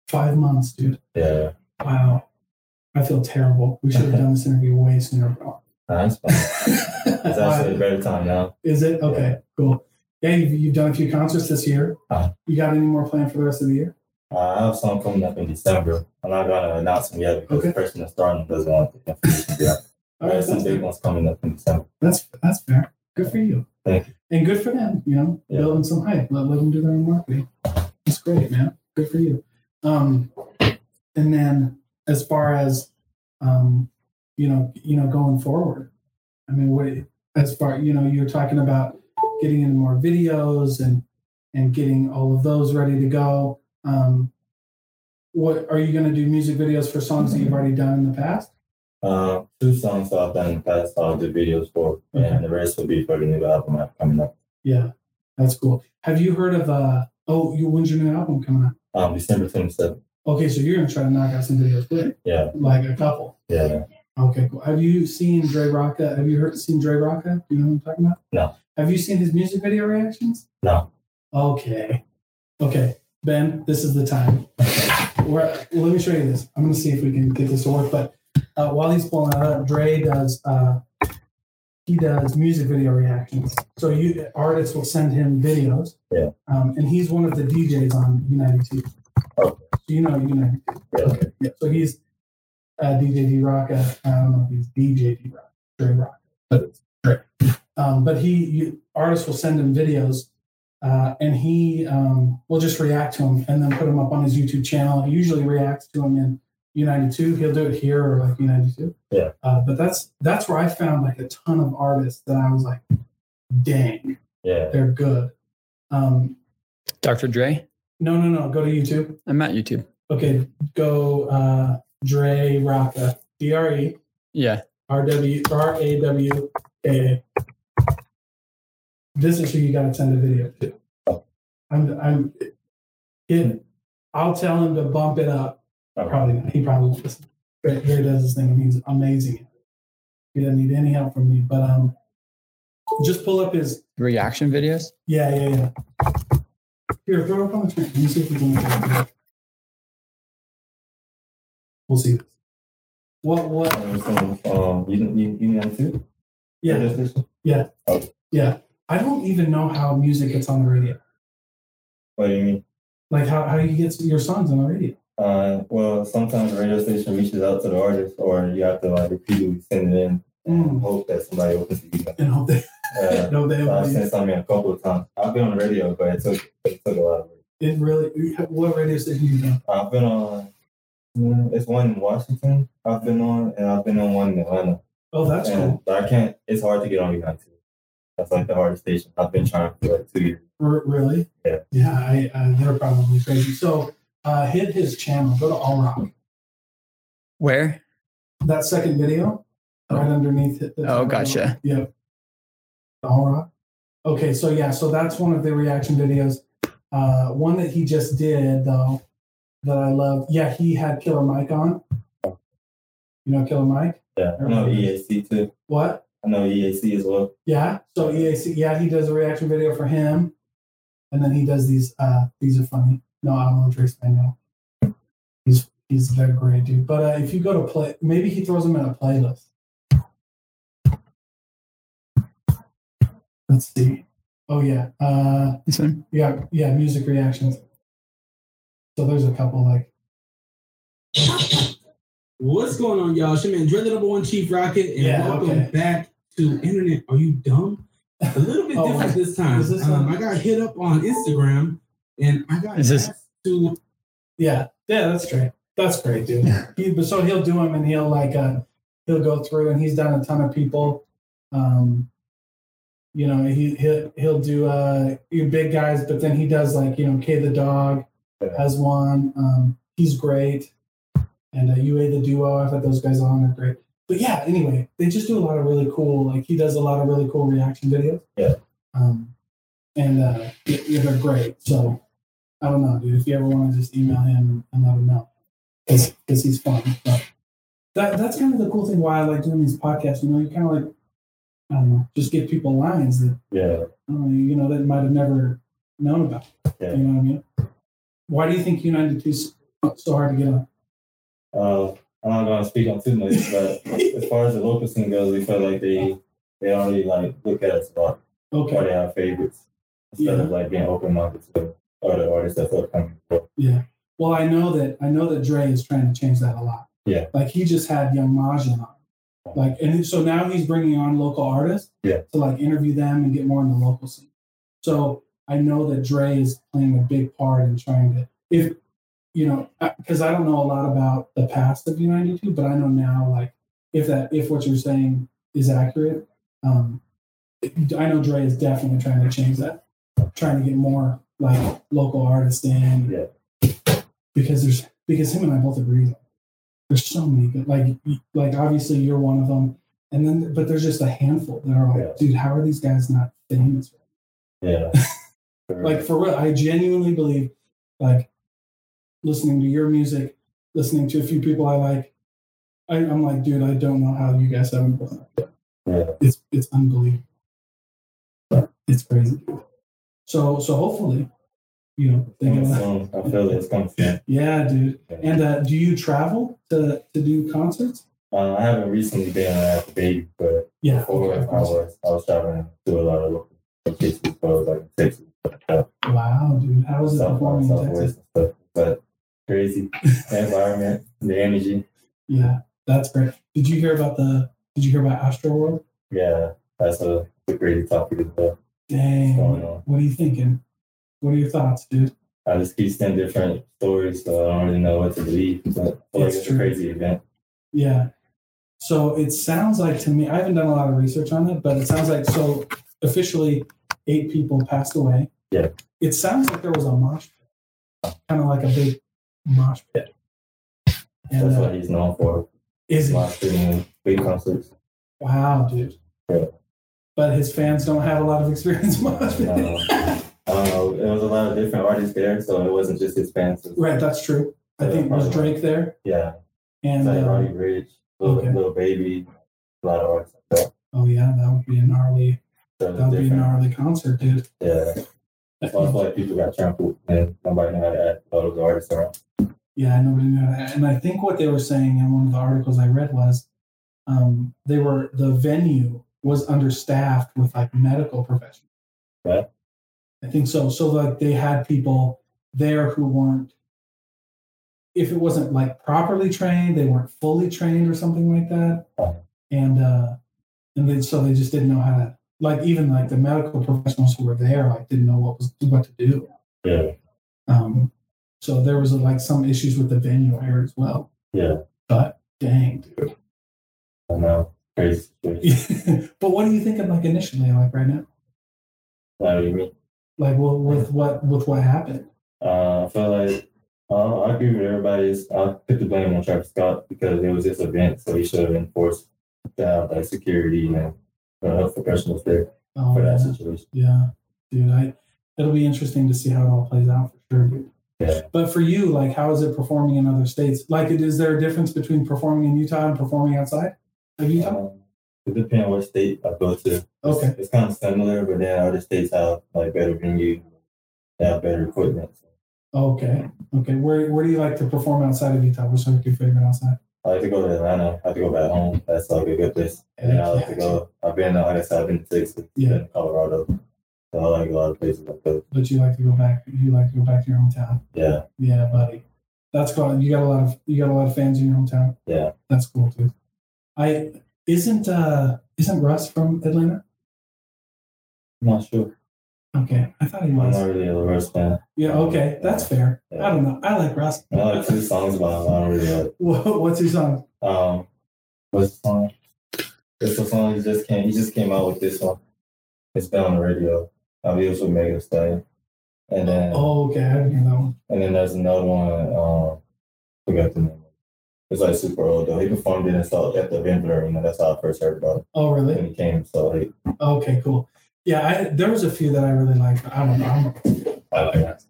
Speaker 2: five months, dude.
Speaker 1: Yeah.
Speaker 2: Wow. I feel terrible. We should have done this interview way sooner. <laughs>
Speaker 1: Nah, it's fine. It's actually a better time now.
Speaker 2: Is it? Okay, cool. Yeah, you've, you've done a few concerts this year.
Speaker 1: Uh-huh.
Speaker 2: You got any more planned for the rest of the year?
Speaker 1: Uh, I have some coming up in December. I'm not going to announce them yet because
Speaker 2: Okay.
Speaker 1: the person that's starting doesn't want the information. Yeah.
Speaker 2: All
Speaker 1: I
Speaker 2: right,
Speaker 1: have some
Speaker 2: that's,
Speaker 1: big ones coming up in December.
Speaker 2: that's, that's fair. Good for you.
Speaker 1: Thank
Speaker 2: you. And good for them, you know,
Speaker 1: Yeah.
Speaker 2: building some hype. Let, let them do their own marketing. That's great, man. Good for you. Um, and then as far as, um, you know, you know, going forward, I mean, what, as far, you know, you're talking about getting into more videos and and getting all of those ready to go. Um, what are you going to do? Music videos for songs that you've already done in the past?
Speaker 1: Uh, two songs that I've done in the past, I'll do videos for, and the rest will be for the new album I have coming up.
Speaker 2: Yeah, that's cool. Have you heard of? Uh, oh, you, when's your new album coming out?
Speaker 1: Um, December 27th.
Speaker 2: Okay, so you're going to try to knock out some videos quick,
Speaker 1: Yeah.
Speaker 2: like a couple.
Speaker 1: Yeah.
Speaker 2: Okay, cool. Have you seen Dre Rocca? Have you heard seen Dre Rocca? Do you know what I'm talking about?
Speaker 1: No.
Speaker 2: Have you seen his music video reactions?
Speaker 1: No.
Speaker 2: Okay. Okay. Ben, this is the time. We're, well, let me show you this. I'm going to see if we can get this to work. But uh, while he's pulling that up, Dre does uh, he does music video reactions. So you artists will send him videos.
Speaker 1: Yeah.
Speaker 2: Um, and he's one of the DJs on U92.
Speaker 1: Okay.
Speaker 2: So you know U92.
Speaker 1: Yeah.
Speaker 2: Yeah, so he's uh, DJ D Rocca. I don't know if he's DJ D Rocca, Dre Rocca, but it's Dre. Um, but he you, artists will send him videos, uh, and he um, will just react to him and then put him up on his YouTube channel. He usually reacts to him in U92. He'll do it here or like U92.
Speaker 1: Yeah.
Speaker 2: Uh, but that's that's where I found like a ton of artists that I was like, dang,
Speaker 1: Yeah.
Speaker 2: they're good. Um,
Speaker 6: Dr. Dre,
Speaker 2: no, no, no. Go to YouTube.
Speaker 6: I'm at YouTube.
Speaker 2: Okay, go uh, Dre Rocca. D R E
Speaker 6: Yeah.
Speaker 2: R W R A W A. This is who you got to send the video to. I'm, I'm, it, I'll tell him to bump it up.
Speaker 1: Okay.
Speaker 2: Probably not. He probably won't listen. But Gary does his thing and he's amazing. at it. He doesn't need any help from me, but um, just pull up his.
Speaker 6: Reaction videos.
Speaker 2: Yeah, yeah, yeah. Here, throw it up on the screen. Let me see if we can. make it. We'll see. What, what?
Speaker 1: Um, you, you, you want to?
Speaker 2: Yeah.
Speaker 1: Just this one?
Speaker 2: Yeah, I don't even know how music gets on the radio.
Speaker 1: What do you mean?
Speaker 2: Like how, how you get your songs on the radio?
Speaker 1: Uh, well, sometimes the radio station reaches out to the artist, or you have to like repeatedly send it in and
Speaker 2: Mm.
Speaker 1: hope that somebody opens the email.
Speaker 2: And hope they <laughs>
Speaker 1: Uh,
Speaker 2: no they
Speaker 1: so I sent something a couple of times. I've been on the radio, but it took it took a lot of work.
Speaker 2: it really what radio station you know?
Speaker 1: I've been on. mm, It's one in Washington. I've been on, and I've been on one in Atlanta.
Speaker 2: Oh that's
Speaker 1: and
Speaker 2: cool.
Speaker 1: I can't. It's hard to get on behind two. That's like the hardest station. I've been trying for like two years.
Speaker 2: R- really?
Speaker 1: Yeah.
Speaker 2: Yeah, I uh, they're probably crazy. So uh hit his channel, go to All Rock.
Speaker 6: Where?
Speaker 2: That second video, right underneath it.
Speaker 6: Oh, gotcha.
Speaker 2: Yep. All right. Okay, so yeah, so that's one of the reaction videos. Uh, one that he just did though, that I love. Yeah, he had Killer Mike on. You know Killer Mike?
Speaker 1: Yeah, I know EAC too.
Speaker 2: What?
Speaker 1: I know EAC as well.
Speaker 2: Yeah. So EAC. Yeah, he does a reaction video for him, and then he does these. Uh, these are funny. No, I don't know Trace Manuel. He's he's a great dude. But uh, if you go to play, maybe he throws them in a playlist. Let's see. Oh yeah. Uh,
Speaker 6: This one?
Speaker 2: yeah. Yeah. Music reactions. So there's a couple like
Speaker 7: What's going on, y'all? It's your man, Dread the number one Chief Rocket, and
Speaker 2: Yeah,
Speaker 7: welcome
Speaker 2: okay.
Speaker 7: back to Internet. Are you dumb? A little
Speaker 2: <laughs>
Speaker 7: bit
Speaker 2: Oh,
Speaker 7: different this time.
Speaker 2: is this
Speaker 7: um,
Speaker 2: one?
Speaker 7: I got hit up on Instagram, and I got
Speaker 6: Is this-
Speaker 7: asked to
Speaker 2: yeah. Yeah. That's great. That's great, dude. He, but so he'll do them and he'll like uh he'll go through and he's done a ton of people um you know he he'll, he'll do uh your big guys but then he does like you know k the dog has one um he's great and uh, ua the duo i've had those guys on they're great but yeah anyway they just do a lot of really cool like he does a lot of really cool reaction videos
Speaker 1: Yeah.
Speaker 2: um and uh y- yeah, they're great so i don't know dude if you ever want to just email him and let him know because he's fun but that that's kind of the cool thing why I like doing these podcasts. You know, you kind of like I don't know, just give people lines that
Speaker 1: Yeah.
Speaker 2: I don't know, you know that might have never known about.
Speaker 1: Yeah.
Speaker 2: You know what I mean? Why do you think United Two is so hard to get on?
Speaker 1: Uh, I'm not gonna speak on too much, but as far as the local scene goes, we feel like they they already like look at us a lot. Or
Speaker 2: Okay,
Speaker 1: they have favorites instead of like being open minded to other artists that's upcoming.
Speaker 2: yeah. Well, I know that I know that Dre is trying to change that a lot.
Speaker 1: Yeah.
Speaker 2: Like he just had Young Majin on. Like and so now he's bringing on local artists.
Speaker 1: Yeah.
Speaker 2: To like interview them and get more in the local scene. So I know that Dre is playing a big part in trying to if you know because I don't know a lot about the past of U92, but I know now like if that if what you're saying is accurate, um, I know Dre is definitely trying to change that, trying to get more like local artists in.
Speaker 1: Yeah.
Speaker 2: Because there's because him and I both agree. There's so many good like like obviously you're one of them, and then but there's just a handful that are like,
Speaker 1: Yeah.
Speaker 2: dude, how are these guys not famous? <laughs>
Speaker 1: Yeah.
Speaker 2: like for real i genuinely believe like listening to your music listening to a few people i like I, i'm like dude i don't know how you guys haven't blown up yet.
Speaker 1: Yeah.
Speaker 2: it's it's unbelievable it's crazy so so hopefully you know they
Speaker 1: Coming
Speaker 2: get
Speaker 1: soon. I feel it's coming soon.
Speaker 2: yeah dude
Speaker 1: Yeah.
Speaker 2: and uh, do you travel to to do concerts
Speaker 1: Uh, I haven't recently been on After Baby, but
Speaker 2: yeah
Speaker 1: before I was I was traveling to a lot of local locations, as well as like Texas,
Speaker 2: wow dude how is it
Speaker 1: South by
Speaker 2: performing in texas
Speaker 1: Southwest and stuff. But crazy <laughs> the environment, the energy.
Speaker 2: yeah that's great did you hear about the did you hear about astro world
Speaker 1: Yeah, that's a, a crazy topic as well.
Speaker 2: dang
Speaker 1: going on.
Speaker 2: What are you thinking? What are your thoughts, dude?
Speaker 1: I just keep seeing different stories, so I don't really know what to believe. But I feel like
Speaker 2: That's
Speaker 1: it's
Speaker 2: true.
Speaker 1: a crazy event.
Speaker 2: Yeah. So it sounds like to me, I haven't done a lot of research on it, but it sounds like so officially eight people passed away.
Speaker 1: Yeah.
Speaker 2: It sounds like there was a mosh pit, kind of like a big mosh pit. And
Speaker 1: That's
Speaker 2: uh,
Speaker 1: what he's known for.
Speaker 2: is it?
Speaker 1: Live streaming, big concerts.
Speaker 2: Wow, dude.
Speaker 1: Yeah.
Speaker 2: But his fans don't have a lot of experience <laughs> in mosh pit.
Speaker 1: No. Um, I don't know. There was a lot of different artists there, so it wasn't just his fans. It was-
Speaker 2: right, that's true. I think it was Drake there.
Speaker 1: Yeah,
Speaker 2: And
Speaker 1: it's like
Speaker 2: uh,
Speaker 1: Roddy Rich, little,
Speaker 2: okay.
Speaker 1: little baby, a lot of artists. Like that.
Speaker 2: oh yeah, that would be a gnarly.
Speaker 1: So it was
Speaker 2: That would be a
Speaker 1: different.
Speaker 2: gnarly concert, dude.
Speaker 1: Yeah, that's why I feel like people got trampled and nobody knew how to act. All those artists around.
Speaker 2: Yeah, nobody knew that. And I think what they were saying in one of the articles I read was um, they were the venue was understaffed with like medical professionals.
Speaker 1: Yeah.
Speaker 2: I think so. So like they had people there who weren't if it wasn't like properly trained, they weren't fully trained or something like that. And uh and then so they just didn't know how to like even like the medical professionals who were there like didn't know what was what to do.
Speaker 1: Yeah.
Speaker 2: Um so there was like some issues with the venue here as well.
Speaker 1: Yeah.
Speaker 2: But dang <laughs>
Speaker 1: I know. Crazy situation.
Speaker 2: dude. but what are you thinking like initially, like right now?
Speaker 1: What do you mean?
Speaker 2: Like well, with what with what happened?
Speaker 1: Uh, I feel like uh, I agree with everybody's. I put the blame on Travis Scott because it was his event, so he should have enforced to have like security and uh, health professionals there
Speaker 2: Um,
Speaker 1: for that situation.
Speaker 2: Yeah, dude. I it'll be interesting to see how it all plays out for sure, dude.
Speaker 1: Yeah.
Speaker 2: But for you, like, how is it performing in other states? Like, it, is there a difference between performing in Utah and performing outside of Utah?
Speaker 1: Um, it depends on what state I go to.
Speaker 2: Okay.
Speaker 1: It's kind of similar, but then other states have like better venue, they have better equipment.
Speaker 2: Okay. Okay. Where Where do you like to perform outside of Utah? What's like your favorite outside?
Speaker 1: I like to go to Atlanta. I like to go back home. That's like a good place. And then I like to go. I've been, like I said, I've been to Texas,
Speaker 2: Yeah.
Speaker 1: been to Colorado. So I like a lot of places. Like that.
Speaker 2: But you like to go back. You like to go back to your hometown.
Speaker 1: Yeah,
Speaker 2: Yeah, buddy. That's cool. You got a lot of you got a lot of fans in your hometown.
Speaker 1: Yeah.
Speaker 2: That's cool, dude. I isn't uh isn't Russ from Atlanta?
Speaker 1: I'm not sure.
Speaker 2: Okay, I thought he
Speaker 1: I'm
Speaker 2: was.
Speaker 1: not really a Rush fan.
Speaker 2: Yeah, okay, that's fair.
Speaker 1: Yeah.
Speaker 2: I don't know. I like Ross.
Speaker 1: I like two
Speaker 2: <laughs>
Speaker 1: songs by him. I don't really like.
Speaker 2: Wha- What's his song?
Speaker 1: Um, what's the song? It's a song he just came. He just came out with this one. It's been on the radio. I mean, it was with Megan Thee Stallion, and then
Speaker 2: Oh, okay, I didn't hear that one.
Speaker 1: and then there's another one. Um, forgot the name. It's like super old though. He performed it in Salt at the Vendor Arena. That's how I first heard about it.
Speaker 2: Oh, really?
Speaker 1: When he came, so like,
Speaker 2: Okay, cool. Yeah, I, there was a few that I really liked. I don't know, I'm-
Speaker 1: I like that.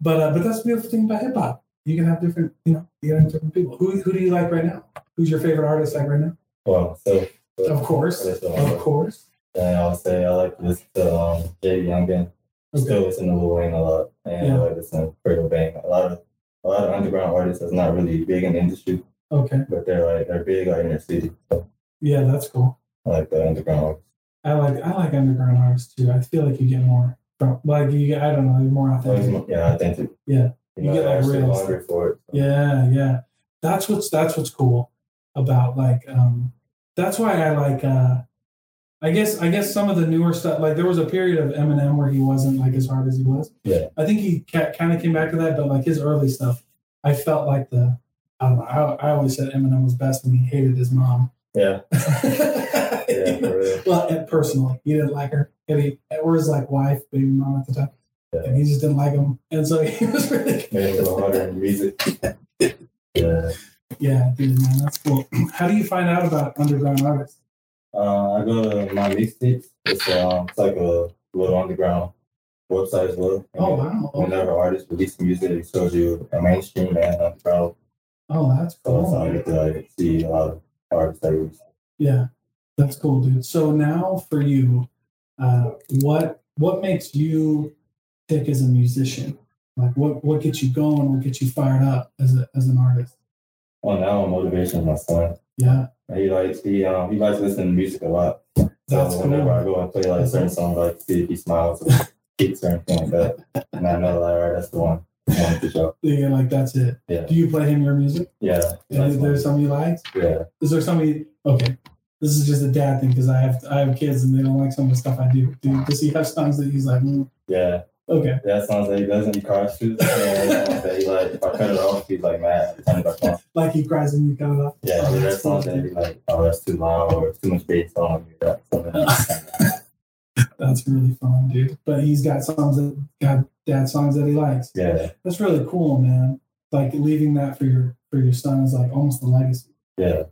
Speaker 2: but uh, but that's the beautiful thing about hip hop. You can have different, you know, you can have different people. Who who do you like right now? Who's your favorite artist like right now?
Speaker 1: Well, so
Speaker 2: Of course,
Speaker 1: That's the one.
Speaker 2: of course.
Speaker 1: And I would say I like to listen to um, Jay Youngin. I still listen to Lil Wayne a lot, and
Speaker 2: Yeah.
Speaker 1: I like listen to Fredo Bang. A lot of a lot of underground artists that's not really big in the industry,
Speaker 2: Okay,
Speaker 1: but they're like they're big like in their city. So
Speaker 2: yeah, that's cool.
Speaker 1: I like the underground artists.
Speaker 2: I like I like underground artists too. I feel like you get more from like you. get- I don't know, you're more
Speaker 1: So
Speaker 2: authentic.
Speaker 1: it's- Yeah, I think it.
Speaker 2: Yeah.
Speaker 1: you,
Speaker 2: You
Speaker 1: know,
Speaker 2: get, like,
Speaker 1: they're actually
Speaker 2: real
Speaker 1: hungry for it.
Speaker 2: Yeah, yeah. That's what's that's what's cool about like um that's why I like uh I guess I guess some of the newer stuff like there was a period of Eminem where he wasn't like as hard as he was.
Speaker 1: Yeah.
Speaker 2: I think he ca- kind of came back to that, but like his early stuff, I felt like the I don't know. I, I always said Eminem was best when he hated his mom. <laughs>
Speaker 1: Yeah, yeah, for real.
Speaker 2: Well, and personally, he didn't like her, and he or his like wife, baby mom at the time,
Speaker 1: Yeah.
Speaker 2: and he just didn't like him, and so <laughs> he was really
Speaker 1: Made it a little harder in music. Yeah,
Speaker 2: Yeah, dude, man, that's cool. <clears throat> How do you find out about underground artists?
Speaker 1: uh, I go to my mixtapes. It's um, it's like a little underground website as well.
Speaker 2: Oh wow!
Speaker 1: whenever artists release music, it shows you a mainstream and a crowd.
Speaker 2: Oh, that's
Speaker 1: So that's how
Speaker 2: cool.
Speaker 1: you get to like, see a lot of artists that release.
Speaker 2: Yeah, that's cool, dude. So now for you, uh, what what makes you tick as a musician? Like, what what gets you going? What gets you fired up as a as an artist?
Speaker 1: Well, now motivation is my son.
Speaker 2: Yeah,
Speaker 1: He likes he um he likes listening to music a lot. So
Speaker 2: that's
Speaker 1: whenever I
Speaker 2: cool.
Speaker 1: go and play like certain songs, I like see if he smiles or kicks or anything like
Speaker 2: <laughs>
Speaker 1: that. And I know like all right, that's the one. One to show.
Speaker 2: Yeah, like that's it.
Speaker 1: Yeah.
Speaker 2: Do you play him your music?
Speaker 1: Yeah. he likes
Speaker 2: Is there
Speaker 1: one.
Speaker 2: some you like?
Speaker 1: Yeah.
Speaker 2: Is there somebody? Okay, this is just a dad thing because I have I have kids and they don't like some of the stuff I do. Dude, does he have songs that he's like, mm,
Speaker 1: Yeah.
Speaker 2: okay?
Speaker 1: That songs that he doesn't he cries to. <laughs> And that songs that he like if I cut it off, he's like mad. every time I
Speaker 2: like he cries and you cut it off.
Speaker 1: Yeah,
Speaker 2: Oh,
Speaker 1: and
Speaker 2: that's
Speaker 1: that's not
Speaker 2: cool.
Speaker 1: that you're like, oh, that's too loud or too much bass on you. That's something
Speaker 2: <laughs>
Speaker 1: that-
Speaker 2: That's really fun, dude. But he's got songs that got dad songs that he likes.
Speaker 1: yeah,
Speaker 2: That's really cool, man. Like leaving that for your for your son is like almost a legacy.
Speaker 1: yeah,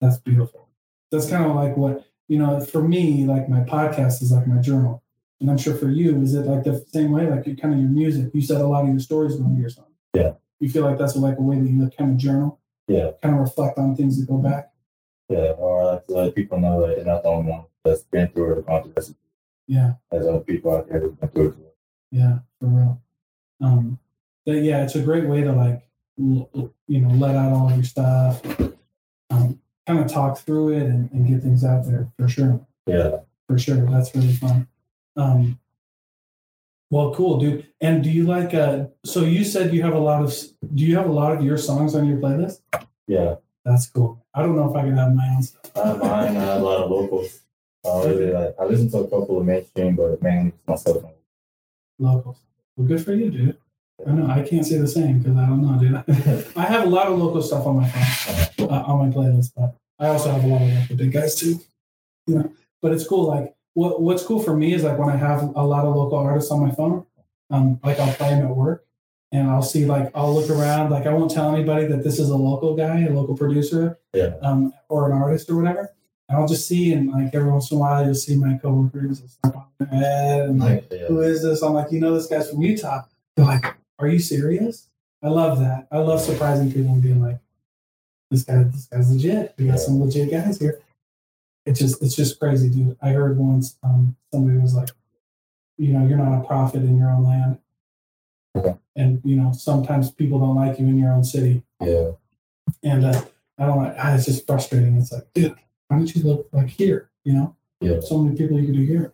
Speaker 2: That's beautiful. That's kind of like what you know. For me, like my podcast is like my journal, and I'm sure for you, is it like the same way? Like your kind of your music. You said a lot of your stories when you were son.
Speaker 1: Yeah.
Speaker 2: You feel like that's like a way that you like kind of journal.
Speaker 1: Yeah.
Speaker 2: Kind of reflect on things that go back.
Speaker 1: yeah. Or I like to let people know that you're not the only one that's been through it or gone through this.
Speaker 2: Yeah.
Speaker 1: There's other people out there that's been through it.
Speaker 2: Yeah, for real. Um, but yeah, it's a great way to like, l- l- you know, let out all of your stuff, um, kind of talk through it and, and get things out there for sure.
Speaker 1: Yeah,
Speaker 2: For sure. That's really fun. Um, Well, cool, dude. And do you like? Uh, so you said you have a lot of. Do you have a lot of your songs on your playlist?
Speaker 1: Yeah.
Speaker 2: That's cool. I don't know if I can have my own stuff.
Speaker 1: I have mine. I have a lot of locals. I don't really like. I listen to a couple of mainstream, but mainly it's myself.
Speaker 2: Locals. Well, good for you, dude. I know I can't say the same because I don't know, dude. <laughs> I have a lot of local stuff on my phone, uh, on my playlist, but I also have a lot of like, the big guys too. You know, but it's cool. Like what what's cool for me is like when I have a lot of local artists on my phone, um, like I'll play them at work, and I'll see like I'll look around. Like I won't tell anybody that this is a local guy, a local producer,
Speaker 1: Yeah.
Speaker 2: um, or an artist or whatever. And I'll just see, and like every once in a while, you'll see my coworkers and stuff on their head, and like who
Speaker 1: Yeah.
Speaker 2: is this? I'm like, you know, this guy's from Utah. They're like, are you serious? I love that. I love surprising people and being like, this guy, this guy's legit. We got some legit guys here. It's just, it's just crazy, dude. I heard once um, somebody was like, you know, you're not a prophet in your own land,
Speaker 1: Okay.
Speaker 2: and you know, sometimes people don't like you in your own city,
Speaker 1: Yeah.
Speaker 2: and uh, I don't like. ah, it's just frustrating. It's like, dude, why don't you look like here? You know
Speaker 1: Yeah.
Speaker 2: so many people you could do here.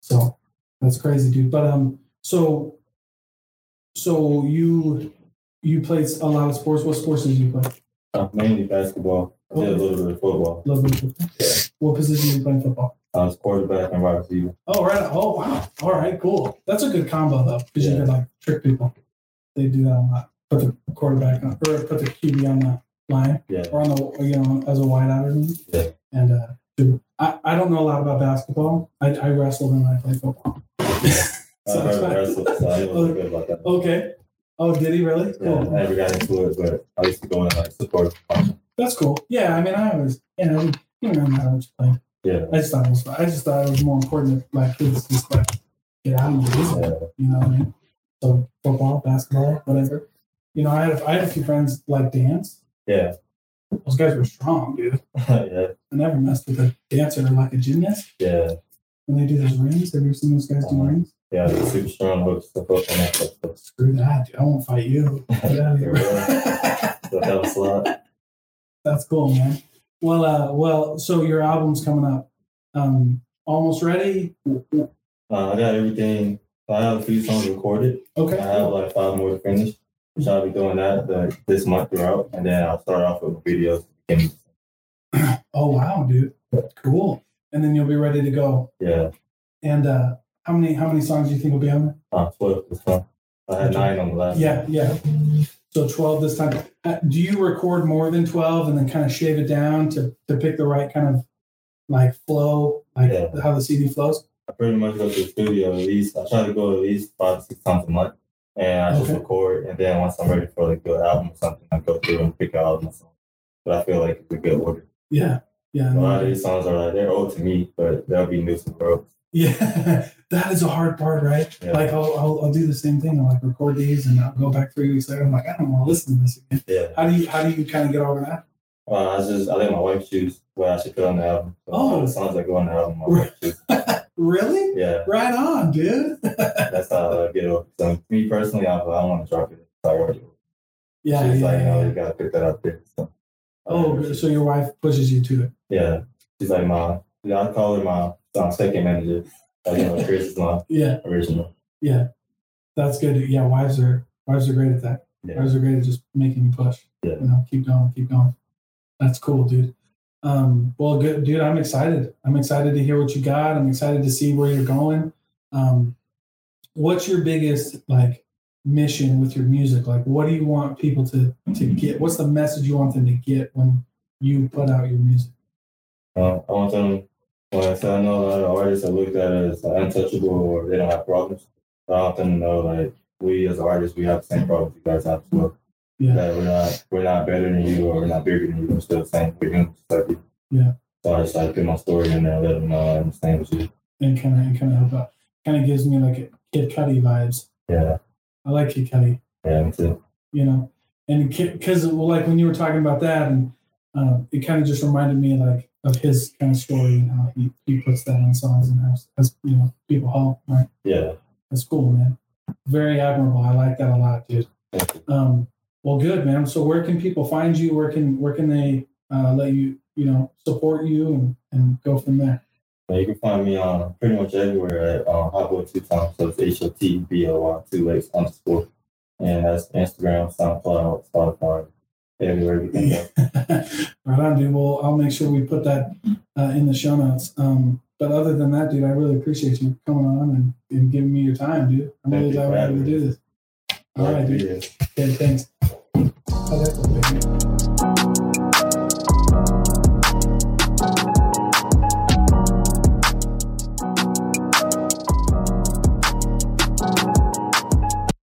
Speaker 2: So that's crazy, dude. But um, so so you you played a lot of sports. What sports did you play?
Speaker 1: Uh, mainly basketball. I did a little bit of football.
Speaker 2: Love the football. What position did you play in football?
Speaker 1: I was quarterback and wide receiver.
Speaker 2: Oh right. Oh wow. All right. Cool. That's a good combo though, because you
Speaker 1: Yeah.
Speaker 2: can like trick people. They do that a lot. Put the quarterback on, or put the QB on the line,
Speaker 1: Yeah.
Speaker 2: or on the you know as a wideout or something.
Speaker 1: Yeah.
Speaker 2: And uh, dude, I I don't know a lot about basketball. I, I wrestled and I played football.
Speaker 1: I
Speaker 2: Sounds
Speaker 1: heard
Speaker 2: fun.
Speaker 1: wrestle, so I wasn't good about that.
Speaker 2: Okay. Oh, did he really?
Speaker 1: Yeah, I
Speaker 2: Cool.
Speaker 1: never got into it, but I used to go and like support. function.
Speaker 2: That's cool. Yeah, I mean, I was, you know, you know how much playing.
Speaker 1: Yeah.
Speaker 2: I just thought it was, I just thought it was more important that black kids just like get out and do this,
Speaker 1: Yeah.
Speaker 2: you know what I mean? So football, basketball, whatever. You know, I had, I had a few friends like dance.
Speaker 1: Yeah.
Speaker 2: Those guys were strong, dude.
Speaker 1: <laughs> yeah.
Speaker 2: I never messed with a dancer like a gymnast
Speaker 1: Yeah.
Speaker 2: when they do those rings. Have you ever seen those guys do rings?
Speaker 1: Yeah. the Super strong hooks, the hook and that stuff. So
Speaker 2: Screw that, dude. I won't fight you. Get out of here.
Speaker 1: that was a lot.
Speaker 2: <laughs> That's cool, man. Well, uh, well, so your album's coming up. Um, almost ready.
Speaker 1: Uh, I got everything. I have a few songs recorded. I have
Speaker 2: Okay.
Speaker 1: like five more to finish, which I'll be doing that the, this month throughout, and then I'll start off with videos. And,
Speaker 2: Oh wow, dude. Cool. And then you'll be ready to go.
Speaker 1: yeah,
Speaker 2: And uh, how many how many songs do you think will be on there?
Speaker 1: uh, twelve this one. I had nine on the last.
Speaker 2: Yeah, yeah. So twelve this time. Uh, do you record more than twelve and then kind of shave it down to to pick the right kind of like flow, like
Speaker 1: Yeah.
Speaker 2: how the CD flows?
Speaker 1: I pretty much go to the studio at least. I try to go at least five to six times a month, and I just
Speaker 2: Okay.
Speaker 1: record. And then once I'm ready for like a good album or something, I go through and pick out my song. But I feel like it's a good order.
Speaker 2: Yeah, yeah.
Speaker 1: A lot of these songs are like they're old to me, but they'll be new to the world.
Speaker 2: <laughs> Yeah, that is a hard part, right?
Speaker 1: Yeah.
Speaker 2: Like I'll, I'll I'll do the same thing. I'll like record these and I'll go back three weeks later. I'm like, I don't want to listen to this again.
Speaker 1: Yeah.
Speaker 2: How do you how do you kind of get over that?
Speaker 1: Uh, I just I let my wife choose what I should put on the album. So all
Speaker 2: Oh.
Speaker 1: the songs that go on the album, my wife chooses.
Speaker 2: Really?
Speaker 1: Yeah,
Speaker 2: Right on, dude. <laughs>
Speaker 1: that's how I get over. So me personally, I, I don't want to drop it. It's already.
Speaker 2: yeah,
Speaker 1: She's
Speaker 2: yeah,
Speaker 1: like,
Speaker 2: yeah.
Speaker 1: no, you gotta put that out there. So, uh,
Speaker 2: Oh, good. so your wife pushes you to it.
Speaker 1: yeah, she's like my. Yeah, I call her my um, second manager. Like, you know, Chris is my
Speaker 2: Yeah,
Speaker 1: original.
Speaker 2: yeah. That's good. Yeah, wives are wives are great at that.
Speaker 1: Yeah.
Speaker 2: Wives are great at just making you push.
Speaker 1: Yeah.
Speaker 2: You know, keep going, keep going. That's cool, dude. Um, well, good, dude. I'm excited. I'm excited to hear what you got. I'm excited to see where you're going. Um, what's your biggest like mission with your music? Like, what do you want people to to get? What's the message you want them to get when you put out your music?
Speaker 1: Um, I want them. When I say I know a lot of artists are looked at as untouchable or they don't have problems, but I want them to know like we as artists we have the same problems you guys have as well.
Speaker 2: Yeah,
Speaker 1: that we're not we're not better than you or we're not bigger than you. We're still the same. We're humans, just like you.
Speaker 2: Yeah.
Speaker 1: So I just like put my story in there, let them know I'm the same as you.
Speaker 2: and kind of and kind of help out. Kind of gives me like a Kid Cudi vibes.
Speaker 1: Yeah,
Speaker 2: I like Kid Cudi.
Speaker 1: yeah, me too.
Speaker 2: you know and because like when you were talking about that and um, it kind of just reminded me like of his kind of story and how he, he puts that on songs and has, has you know people help right
Speaker 1: Yeah,
Speaker 2: that's cool man very admirable i like that a lot dude
Speaker 1: Thank you.
Speaker 2: um, well good man so where can people find you where can where can they uh, let you you know support you and, and go from there
Speaker 1: But you can find me on pretty much everywhere at uh, Hotboy Two Times. So it's H O T B O Y two X underscore, and that's Instagram, SoundCloud, Spotify, everywhere you can go.
Speaker 2: <laughs> right on, dude. Well, I'll make sure we put that uh, in the show notes. Um, but other than that, dude, I really appreciate you coming on and, and giving me your time, dude. I'm
Speaker 1: Thank you
Speaker 2: really glad
Speaker 1: for
Speaker 2: we're able
Speaker 1: having
Speaker 2: to
Speaker 1: me.
Speaker 2: do this. All right, dude.
Speaker 1: Yeah.
Speaker 2: Okay, thanks. How'd that go, baby?